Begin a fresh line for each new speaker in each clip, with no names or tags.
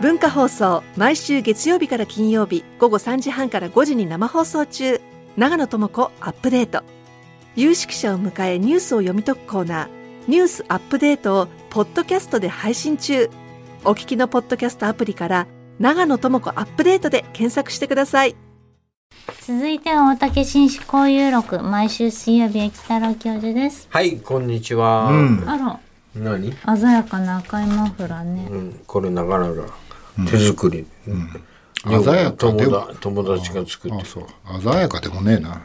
文化放送毎週月曜日から金曜日午後3時半から5時に生放送中長野智子アップデート有識者を迎えニュースを読み解くコーナー「ニュースアップデート」をポッドキャストで配信中お聞きのポッドキャストアプリから「長野智子アップデート」で検索してください
続いては大竹紳士交友録毎週水曜日へ北郎教授です
はい、こんにちは。
うん
あら
何、
鮮やかな赤いマフラーね
うん、これなかなか手作り。うん
鮮やかで
友
も
達友達が作っ
あ
て
そう鮮やかでもねえな、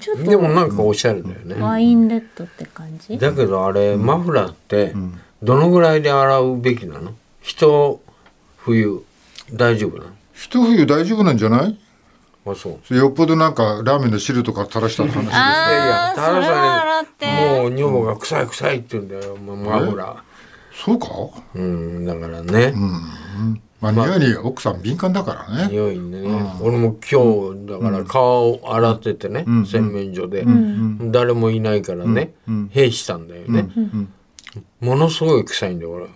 ちょっ
でもなんかおしゃれだよ
と
ね、
ワインレッドって感じ
だけどあれマフラーってどのぐらいで洗うべきなの人冬大丈夫な
一冬大丈夫なんじゃない
のあそう
それよっぽどなんかラーメンの汁とか垂らした話です
いやいや
あーそれは洗って
もう女房が臭い臭いって言うんだよもうマフラ
そうか
ーうんだからね、
まあ匂いに奥さん敏感だからね
匂いね、俺も今日だから顔を洗っててね、洗面所で、誰もいないからね、兵士したんだよね、ものすごい臭いんだよ俺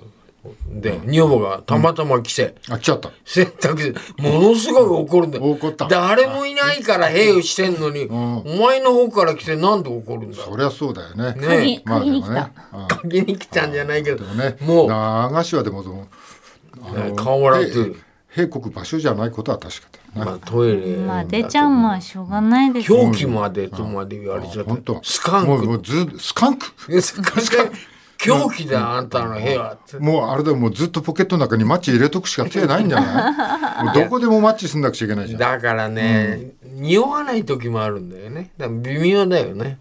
で女房がたまたま来て、
あ来ちゃった
洗濯してものすごい怒るんだよ
怒った
誰もいないから兵をしてんのに、
ん
お前の方から来てなんで怒るんだ
そりゃそうだよね
ね
鍵
まあで
鍵に
も
来
ね
た
あ
鍵に来たんじゃないけど
ね
もう
流しはでもそのあ
ね顔洗ってる
へ閉国場所じゃないことは確かだよね
まあ、トイレ
まあ出ちゃうまあしょうがないですよ
狂気までとまで言われちゃっ
本
た
当
スカンク
もうもうずスカンク
確かに狂気だあんたの部屋って
もうあれだよもうずっとポケットの中にマッチ入れとくしか手ないんじゃないもうどこでもマッチすんなくちゃいけないじゃん
だからね、匂わない時もあるんだよねだから微妙だよね、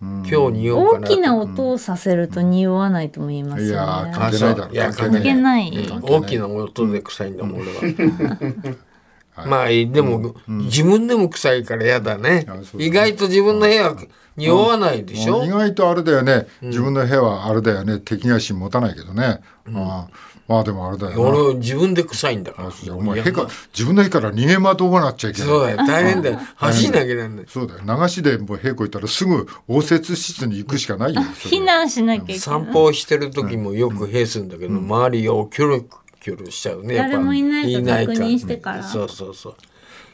今日匂おうか
大
な
きな音をさせると匂わないとも言います
いや
よ
ー
ね
関係
あそ
ないだろ
ういや
関係ない
大きな音で臭いんだもん、俺は。 まあでも、自分でも臭いから嫌だね、
あそうだね
意外と自分の部屋は匂わないでしょ、
意外とあれだよね、自分の部屋はあれだよね敵外心持たないけどね、ああまあでもあれだよな
俺自分で臭いんだから
お前
い
部
や
か自分の部屋から逃げ惑わなくちゃいけない
そうだよ大変だよ走んなきゃなんない
そうだよ流しでもう平行行ったらすぐ応接室に行くしかないよそれ
避難しなきゃいけない
散歩をしてる時もよく閉すんだけど、周りをキョロキョロしちゃうねやっぱ
誰もいないと
ない
確認してから
そうそうそう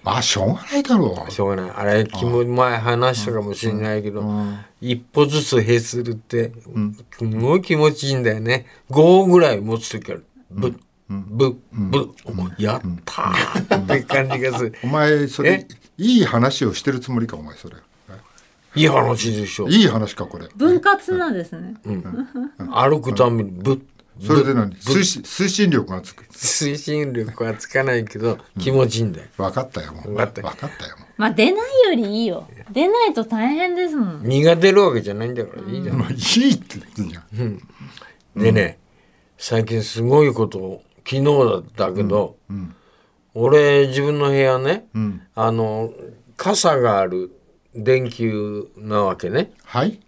まあしょうがないだろ
しょうがないあれ気も前話したかもしれないけど、一歩ずつ閉するって、すごい気持ちいいんだよね5ぐらい持つ時あるブッブッブッ、お前やったーって感じがする
うお前それいい話をしてるつもりかお前それ
いい話でしょ
いい話かこれ
分割なんですね
歩くためにブッ
それで何推進推進力がつく
推進力はつかないけど気持ちいいんだよ、
分かったよもう
わかった
わかったよも
まあ出ないよりいいよ出ないと大変ですもん
身が出るわけじゃないんだからいいじゃん
うまあいいって言ってんじゃん
でね、最近すごいことを昨日だったけど、俺自分の部屋ね、あの傘がある電球なわけね
はい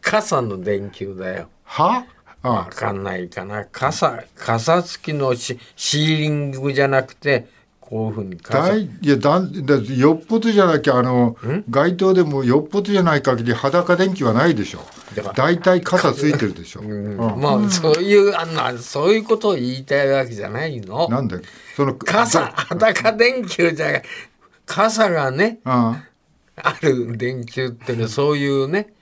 傘の電球だよ
はああ
分かんないかな傘傘付きのシシーリングじゃなくてこういうふうに
だ
傘
いいやだんだよっぽどじゃなきゃあの街灯でもよっぽどじゃない限り裸電気はないでしょ
だから
大体傘ついてるでしょ、
うん
うん
まあそういうあんなそういうことを言いたいわけじゃないの
なんでその
傘
だ
裸電球じゃない傘がね
あ
ある電球ってねそういうね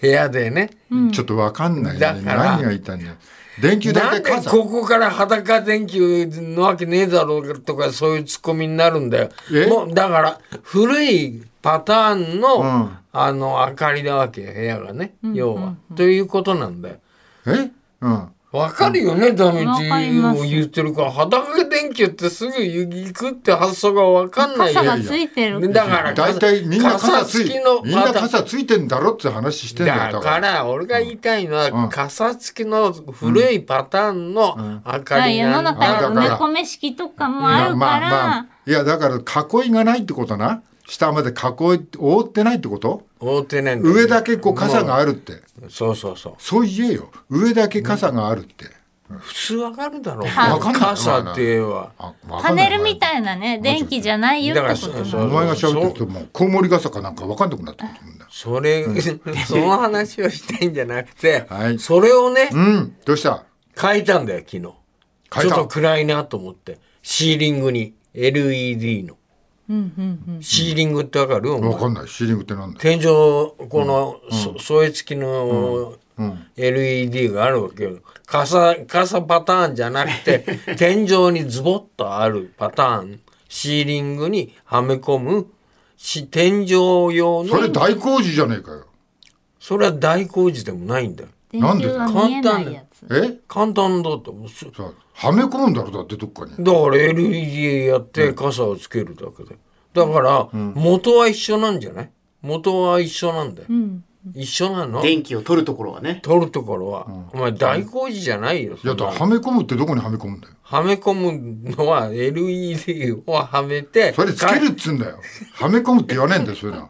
部屋でね、
あちょっとわかんない、ね、
だ
何
から
が言いたいんだよ電球
な
大
んで
体傘
ここから裸電球のわけねえだろうとかそういうツッコミになるんだよ
え
もうだから古いパターンの、
うん
あの明かりなわけ部屋がね要は、ということなんだよ
えうん
わかるよね、ダメー
わかります
ジを言ってるから裸電球ってすぐ行くって発想がわかんないよ
傘がついてる
だから
大体みんな傘つい
付きの
みんな傘ついてんだろって話してんだよ
だから俺が言いたいのは、傘付きの古いパターンの明
だか
からり
世の
なん
中
だ
に埋め
だか
込
ら
め式とかもある
ま
か
あまあまあ
ら
いやだから囲いがないってことな下まで囲い覆ってないってこと
覆ってないんよ
上だけこう傘があるって
そうそうそう
そう言えよ上だけ傘があるって、
普通わかるだろう
はい
わかんない
傘って言えば
あわか
パ
んな
ネルみたいなね電気じゃないよ
だから
ってこ
そ
と
う
な
そ
お
う
前が
そ
喋って
う
るともうコウモリ傘かなんか分かんなくなってくるんだ。
それ、 その話をしたいんじゃなくて、
はい
それをね
うん、どうした
書いたんだよ昨日
変
ち
え
ょったと暗いなと思って、シーリングに LED の。シーリングってわかる、お前
わかんないシーリングってなんだよ
天井、この、そ添え付きの、LED があるわけよ。傘、傘パターンじゃなくて、 天井にズボッとあるパターン、シーリングにはめ込む、し天井用の、
それ大工事じゃねえかよ
それは大工事でもないんだよ。
電
なんで
球が見えないやつ。
え
簡単だと思う。すだか
さはめ込んだろだってどっかに
ら LED やって傘をつけるだけで。だから、元は一緒なんじゃない元は一緒なんだよ。一緒なの
電気を取るところはね。
取るところは、お前大工事じゃないよ。
いやだからはめ込むってどこにはめ込むんだよ
はめ込むのは LED をはめて、
それつけるっつうんだよはめ込むって言わねえんだよそれな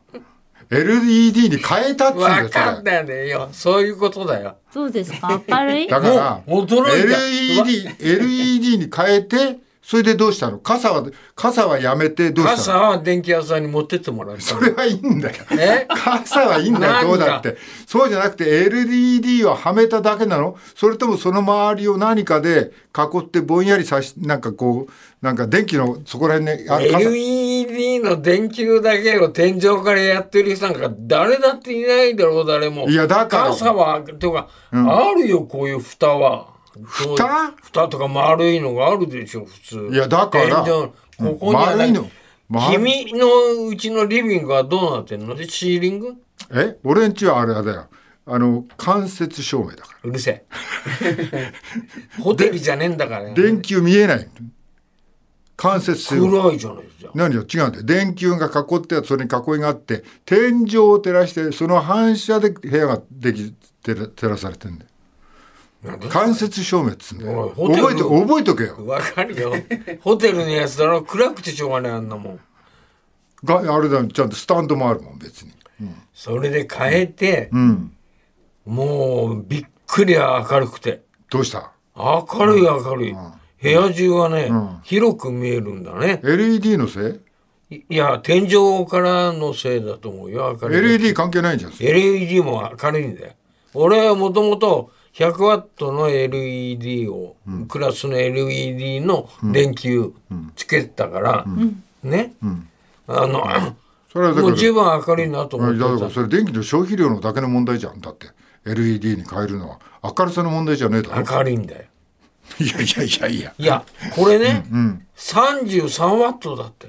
LED に変えたっつうんだ
わ
よ
か
そ
ん
れ
ないねよ。そういうことだよ。
そうですか明るい
だから
もう驚いた
LED, LED に変えてそれでどうしたの傘は傘はやめてどうした
傘
の
は電気屋さんに持ってってもらった
そ
の
れはいいんだよ
え
傘はいいんだ
なんだ
よどうだってそうじゃなくて LED をはめただけなのそれともその周りを何かで囲ってぼんやりさしなんかこうなんか電気のそこら辺ねあ傘
LED の電球だけを天井からやってる人なんか誰だっていないだろう誰も
いやだから
傘はとか、あるよこういう蓋は蓋蓋とか丸いのがあるでしょ普通
いやだから
天井ここにはな
丸いの丸い
君のうちのリビングはどうなってんのシーリング
え俺んちはあれだよあの間接照明だから
うるせ えホテルじゃねえんだから
電球見えない間接照明
暗いじゃないですか
何よ違うんだよ電球が囲ってあってそれに囲いがあって天井を照らしてその反射で部屋ができてら照らされてんだよ間接照明っつうんだ
おい
よ
ホテル
覚えて覚えとけよ
わかる よホテルのやつだろ暗くてしょうがないあんなもん
があれだよちゃんとスタンドもあるもん別に
それで変えて、
うん
もうびっくり明るくて
どうした
明るい明るい、部屋中がね、広く見えるんだね
LED のせい
いいや天井からのせいだと思うよ明るい
LED 関係ないんじゃん
LED も明るいんだよ俺はもともと100ワットの LED を、クラスの LED の電球つけてたから、ね、あの、
それ
も
はだか
う
ら
十分明るいなと思
いやだか
って
ら
た
それ電気の消費量のだけの問題じゃんだって LED に変えるのは明るさの問題じゃねえだろ
明るいんだよ
いやいやいやいや
いや、これね、33ワットだって。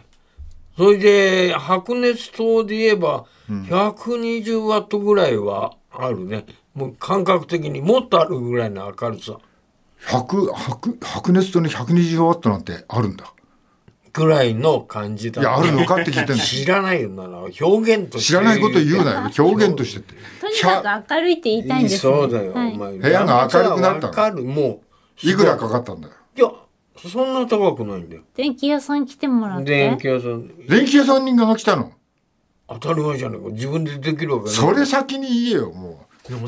それで、白熱灯で言えば、120ワットぐらいはあるね。もう感覚的にもっとあるぐらいの明るさ
100白白熱灯に120ワットなんてあるんだ
ぐらいの感じだ
いやあるのかって聞いてんだ
知らないよなら表現として
知らないこと言うなよ表現としてって
とにかく明るいって言いたいんですね
そうだよ、
はい
お前
部屋が明るくなったの
わかるもう
いくらかかったんだよ
いやそんな高くないんだよ
電気屋さん来てもらって
電気屋さん
電気屋さん人が来たの
当たり前じゃないか自分でできるわけない
それ先に言えよもう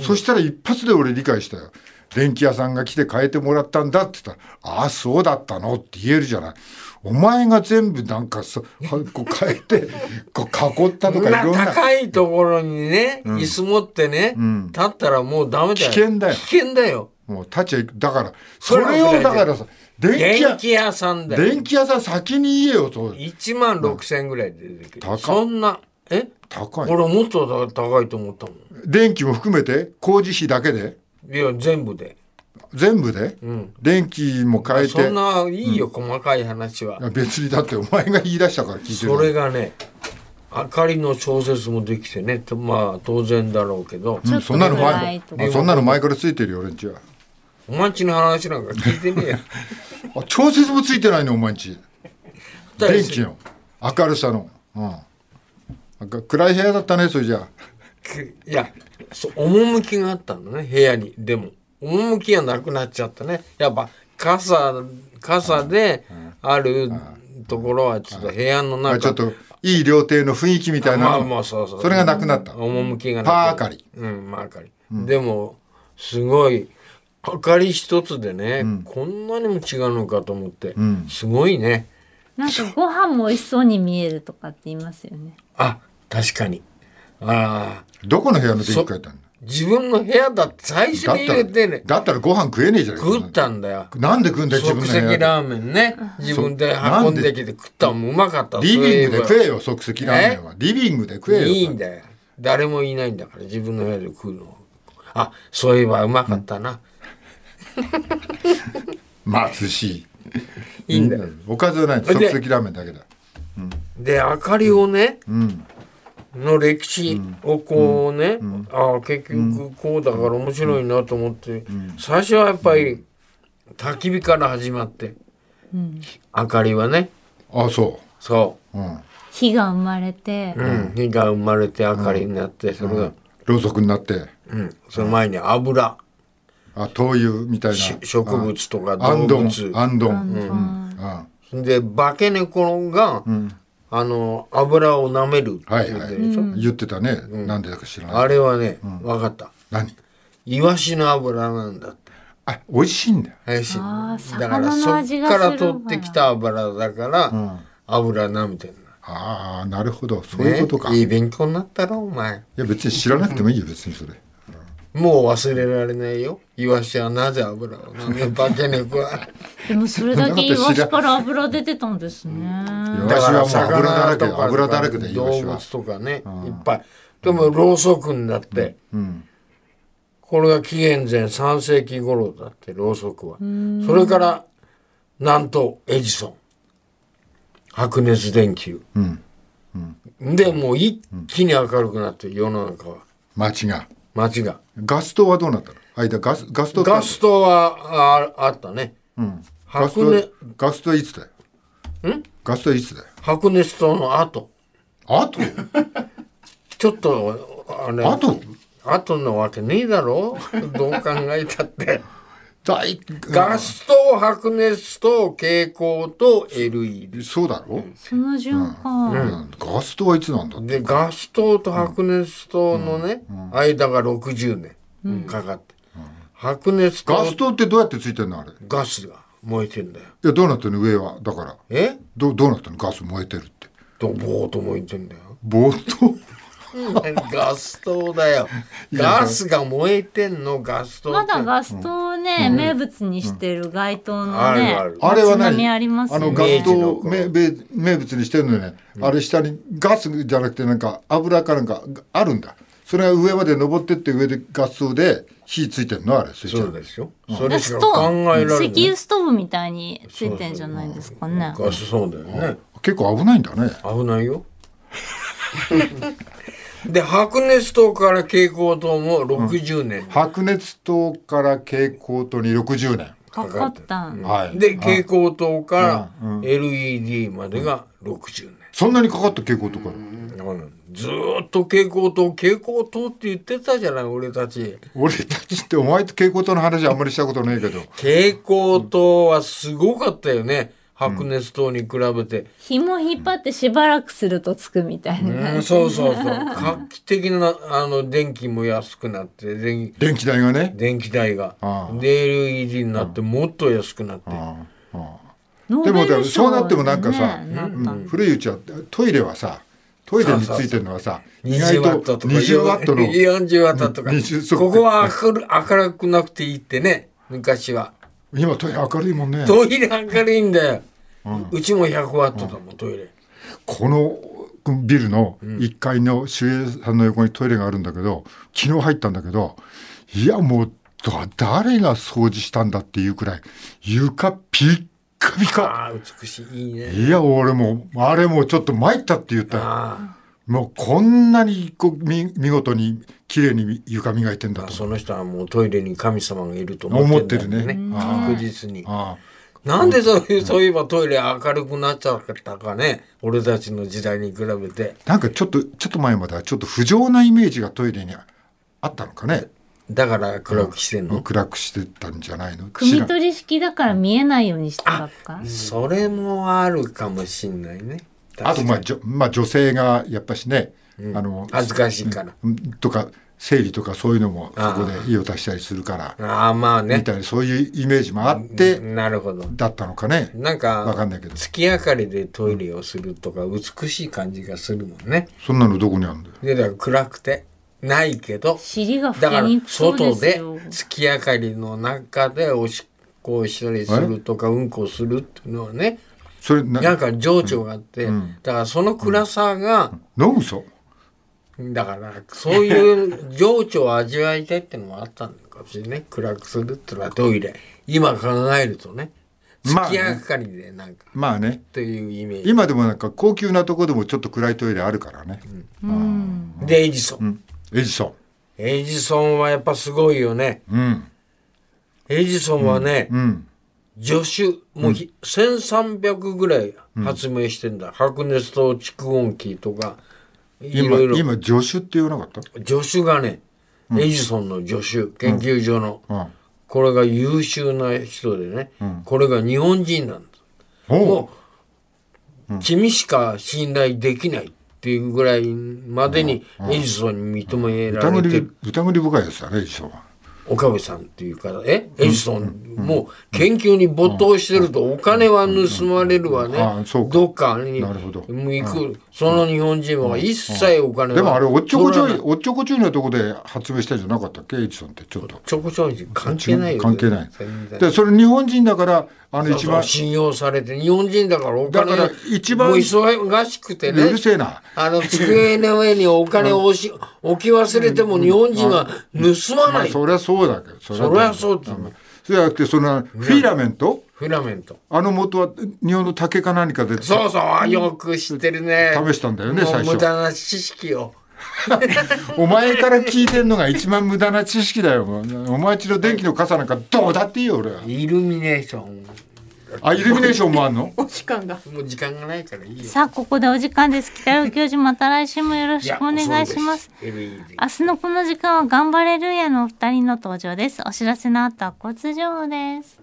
そしたら一発で俺理解したよ電気屋さんが来て変えてもらったんだって言ったら「ああそうだったの」って言えるじゃないお前が全部なんかさはこう変えてこう囲ったとかい
な
ろんな
高いところにね、椅子持ってね、立ったらもうダメだよ。
危険だよ
危険だよ。
もう立ちゃいだから
そ
そ
れは
れをだからさ電気
電
屋
気屋さんだよ。
電気屋さん先に言えよそう
1万6千円ぐらいで出てくる。
高っ
そんな、え
高い
俺もっと高いと思ったもん。
電気も含めて工事費だけで
いや、全部で。
全部で、
ん
電気も変え
そ
て
んないいよ、細かい話は。
別にだってお前が言い出したから聞いてる
それがね、明かりの調節もできてね、とまあ当然だろうけど、
うんそんなの
ちょっと暗
前
いと
あそんなの前からついてるよ俺んちは
お前んちの話なんか聞いてねえ よ。
あ調節もついてないのお前んち電気
よ。
の明るさのうんなんか暗い部屋だったねそれじゃあ
いや、そう、趣があったんだね、部屋に。でも、趣がなくなっちゃったね。やっぱ、傘、傘であるところは、ちょっと部屋の
まあ
中。
ちょっといい料亭の雰囲気みたいな
まあ
の
まあ、そうそう。
それがなくなった
趣がなく
パー
な
明かり。
うん、パー明かり。でも、すごい、明かり一つでね、こんなにも違うのかと思って、すごいね。
なんかご飯も美味しそうに見えるとかって言いますよね
あ、確かに。ああ。
どこの部屋の電気変えたの
自分の部屋だって最初に入れてね
だったらご飯食えねえじゃねえか
食ったんだよ
なんで食うんだよ自
即
分の部
席
屋で
ラーメンね自分で運んできて食ったのもうまかった
リビングで食
え
えよ即席ラーメンはリビングで食えよ
いいんだよ誰もいないんだから自分の部屋で食うのあそういえばうまかったな、
まあ寿司
いいんだよ、
おかずはない
で
即席ラーメンだけだ
で明かりをね、
うん
の歴史をこうね、ああ結局こうだから面白いなと思って、最初はやっぱり焚き火から始まって、明かりはね
あそ
そう
うん
火が生まれて、
うん、火が生まれて明かりになって、それが、
ろうそくになって
うん、その前に油、
あ灯油みたいな
し植物とか
ア
動
ンドンア
物
ンドン
うん
うん
で化け猫が、あの油を舐めるって
はい
言
は
って
い
るでしょ、
言ってたねなんでだか知らない
あれはね、分かった
何
イワシの油なんだって
あ美味しいんだよ
林
あー
だからそ
魚の
っ
味がす
か
るわ
ら取ってきた油だから、油舐めてんな
ああなるほどそういうことか
ねいい
い
勉強になったろお前
や別に知らなくてもいいよ別にそれ
もう忘れられないよイワシはなぜ油をなんで化け猫は
でもそれだけイワシから油出てたんですね。
イワシはもう
魚
油だらけ
とか
油だらけでイワ
動
シは
物とかねいっぱいでもろうそくになって、これが紀元前3世紀頃だってろうそくはそれからなんとエジソン白熱電球、
うん
でもう一気に明るくなって世の中は
街が
街が
ガス灯はどうなったの間ガスガス灯
ガストはああったね、
ガ
白
ス灯
熱
ガス灯いつだよ
ん
ガス灯いつだよ
白熱灯の後
あと
ちょっとあれ
あと
後のわけねえだろどう考えたって
大
ガス灯白熱灯蛍光と LED
そうだろ
その順か。
うんガス灯はいつなんだって
でガス灯と白熱灯のね、間が60年かかって、白熱灯
ガス灯ってどうやってついてんのあれい
ガスが燃えてんだよ
やどうなってんの上はだから
え
どどうなってんのガス燃えてるって
どぼーっと燃えてんだよ
冒頭
ガス灯だよ。 ガスが燃えてんの、ガス灯って。
まだガス灯をね、名物にしてる街灯のね、
ある
あれ は
街並み
何
あります
あ
よね
のガス
明治
灯
の
を
頃
名名名物にしてるのね、あれ下にガスじゃなくてなんか油かなんかあるんだそれが上まで登ってって上でガス灯で火ついてんのあれスイちゃ
そうんですよ。それ
ガ
し
ス
か
ト
考えられ
石
ない
油。ストーブみたいについてんじゃないですかね。
ガスそうだよね。
結構危ないんだね
危ないよ。 で、白熱灯から蛍光灯も60年。
白熱灯から蛍光灯に60年
かかったん。
はい
で、蛍光灯から LED までが60年。
そんなにかかった蛍光灯から
うんずーっと蛍光灯、蛍光灯って言ってたじゃない、俺たち。
俺たちってお前と蛍光灯の話あんまりしたことねえけど
蛍光灯はすごかったよね。白熱灯に比べて。
紐引っ張ってしばらくするとつくみたいな。
うん、そうそうそう。画期的な、あの、電気も安くなって、電
電気代がね
電気代が
あ。あ
で、LED になって、もっと安くなって。
ノ
で
ーベ
も
ル賞
でもそうなってもなんかさ、
ねなった
うん古いうちはトイレはさトイレについてるのはさ意
20
外
ワットと
と
か。
20ワットの
40ワットとか。
うん20そう
ここは明る明るくなくていいってね、昔は。
今トイレ明るいもんね
トイレ明るいんだよ。うちも100ワットだもん、トイレ。
このビルの1階の守衛さんの横にトイレがあるんだけど昨日入ったんだけどいやもうだ誰が掃除したんだっていうくらい床ピッカピカ
ああ、美しい。いいね。
いや俺もうあれもうちょっと参ったって言ったよ
あ
もうこんなにこうみ見事に綺麗に床磨いてんだ
あ、
と
その人はもうトイレに神様がいると思ってるんだよね。
思ってるね
確実に。
あ
なんでそういう、そういえばトイレ明るくなっちゃったかね。俺たちの時代に比べて。
あなんかちょっとちょっと前まではちょっと不浄なイメージがトイレにあったのかね
だから暗くしてんの。
暗くしてたんじゃないの
組
知
み
らん
取り式だから見えないようにしてたっか。
それもあるかもしんないね。
あと
確
まあ、
か
じょまあ、女性がやっぱしね、あの
に恥ずかしいから。
うんとか生理とかそういうのもそこで意を足したりするから
ああ、まあ
み
ね。
たいなそういうイメージもあって
なるほど。
だったのかね
なん
わか
か、
んないけど
月明かりでトイレをするとか、美しい感じがするもんね。
そんなのどこにあるんだよ
で、だから暗くて、ないけど
尻が
だ
吹
か
け
ら
にくそうで
外
す
で
よ。
月明かりの中でおしっこをしたりするとかうんこするっていうのはね
それな
なんか情緒があって、だからその暗さが、
飲むぞ
だからそういう情緒を味わいたいってのもあったのかもしれない暗くするってのはトイレ今考えるとね
まあ
月
ね
明かりでなんか
まあね
というイメージ、
今でもなんか高級なとこでもちょっと暗いトイレあるからね、
でエジソン、
エジソ
エジソンはやっぱすごいよね
ンうん
エジソンはね、
うん
助手もうひ、1300ぐらい発明してんだ、白熱と蓄音機とかい
今
ろいろ
今助手って言わなかった
助手がね、エジソンの助手研究所の、
うん
これが優秀な人でね、これが日本人なんです
お
もう、君しか信頼できないっていうぐらいまでにエジソンに認めら
豚
れ
ぐ
てる、
り豚ぐり深いやつだねエジソンは
岡部さんっていう方えエジソンもう研究に没頭してるとお金は盗まれるわね、
ああそうか
どっかに
なるほど
もう行く、その日本人は一切お金は
でもあれおっちょこちょ
取らな
い
い
おっちょこちょいなとこで発明したんじゃなかったっけエジソンってちょっと
ちょこちょい関係ないよ
関係ない
全然
でそれ日本人だからあの一番
信用されて日本人だからお金
だから一番
もう忙しくて
う
ね
るせえな
あの机の上にお金を押し置き忘れても日本人は盗ま
ま
な
あ
い
そりゃそうだけどそ
そりゃそうだ
そうじゃなくてそのフィラメント
フィラメント
あの元は日本の竹か何かで
そうそうよく知ってるね
試したんだよね
もう
最初
無駄な知識を
お前から聞いてんのが一番無駄な知識だよもうお前ちの電気の傘なんかどうだっていいよ俺は
イルミネーション
あイルミネーションもあんの
お時間が
もう時間がないからいいよ
さあ、ここでお時間です。北尾教授、また来週もよろしくお願いします。
や遅いです LED
明日のこの時間は頑張れるやのお二人の登場です。お知らせの後は交通情報です。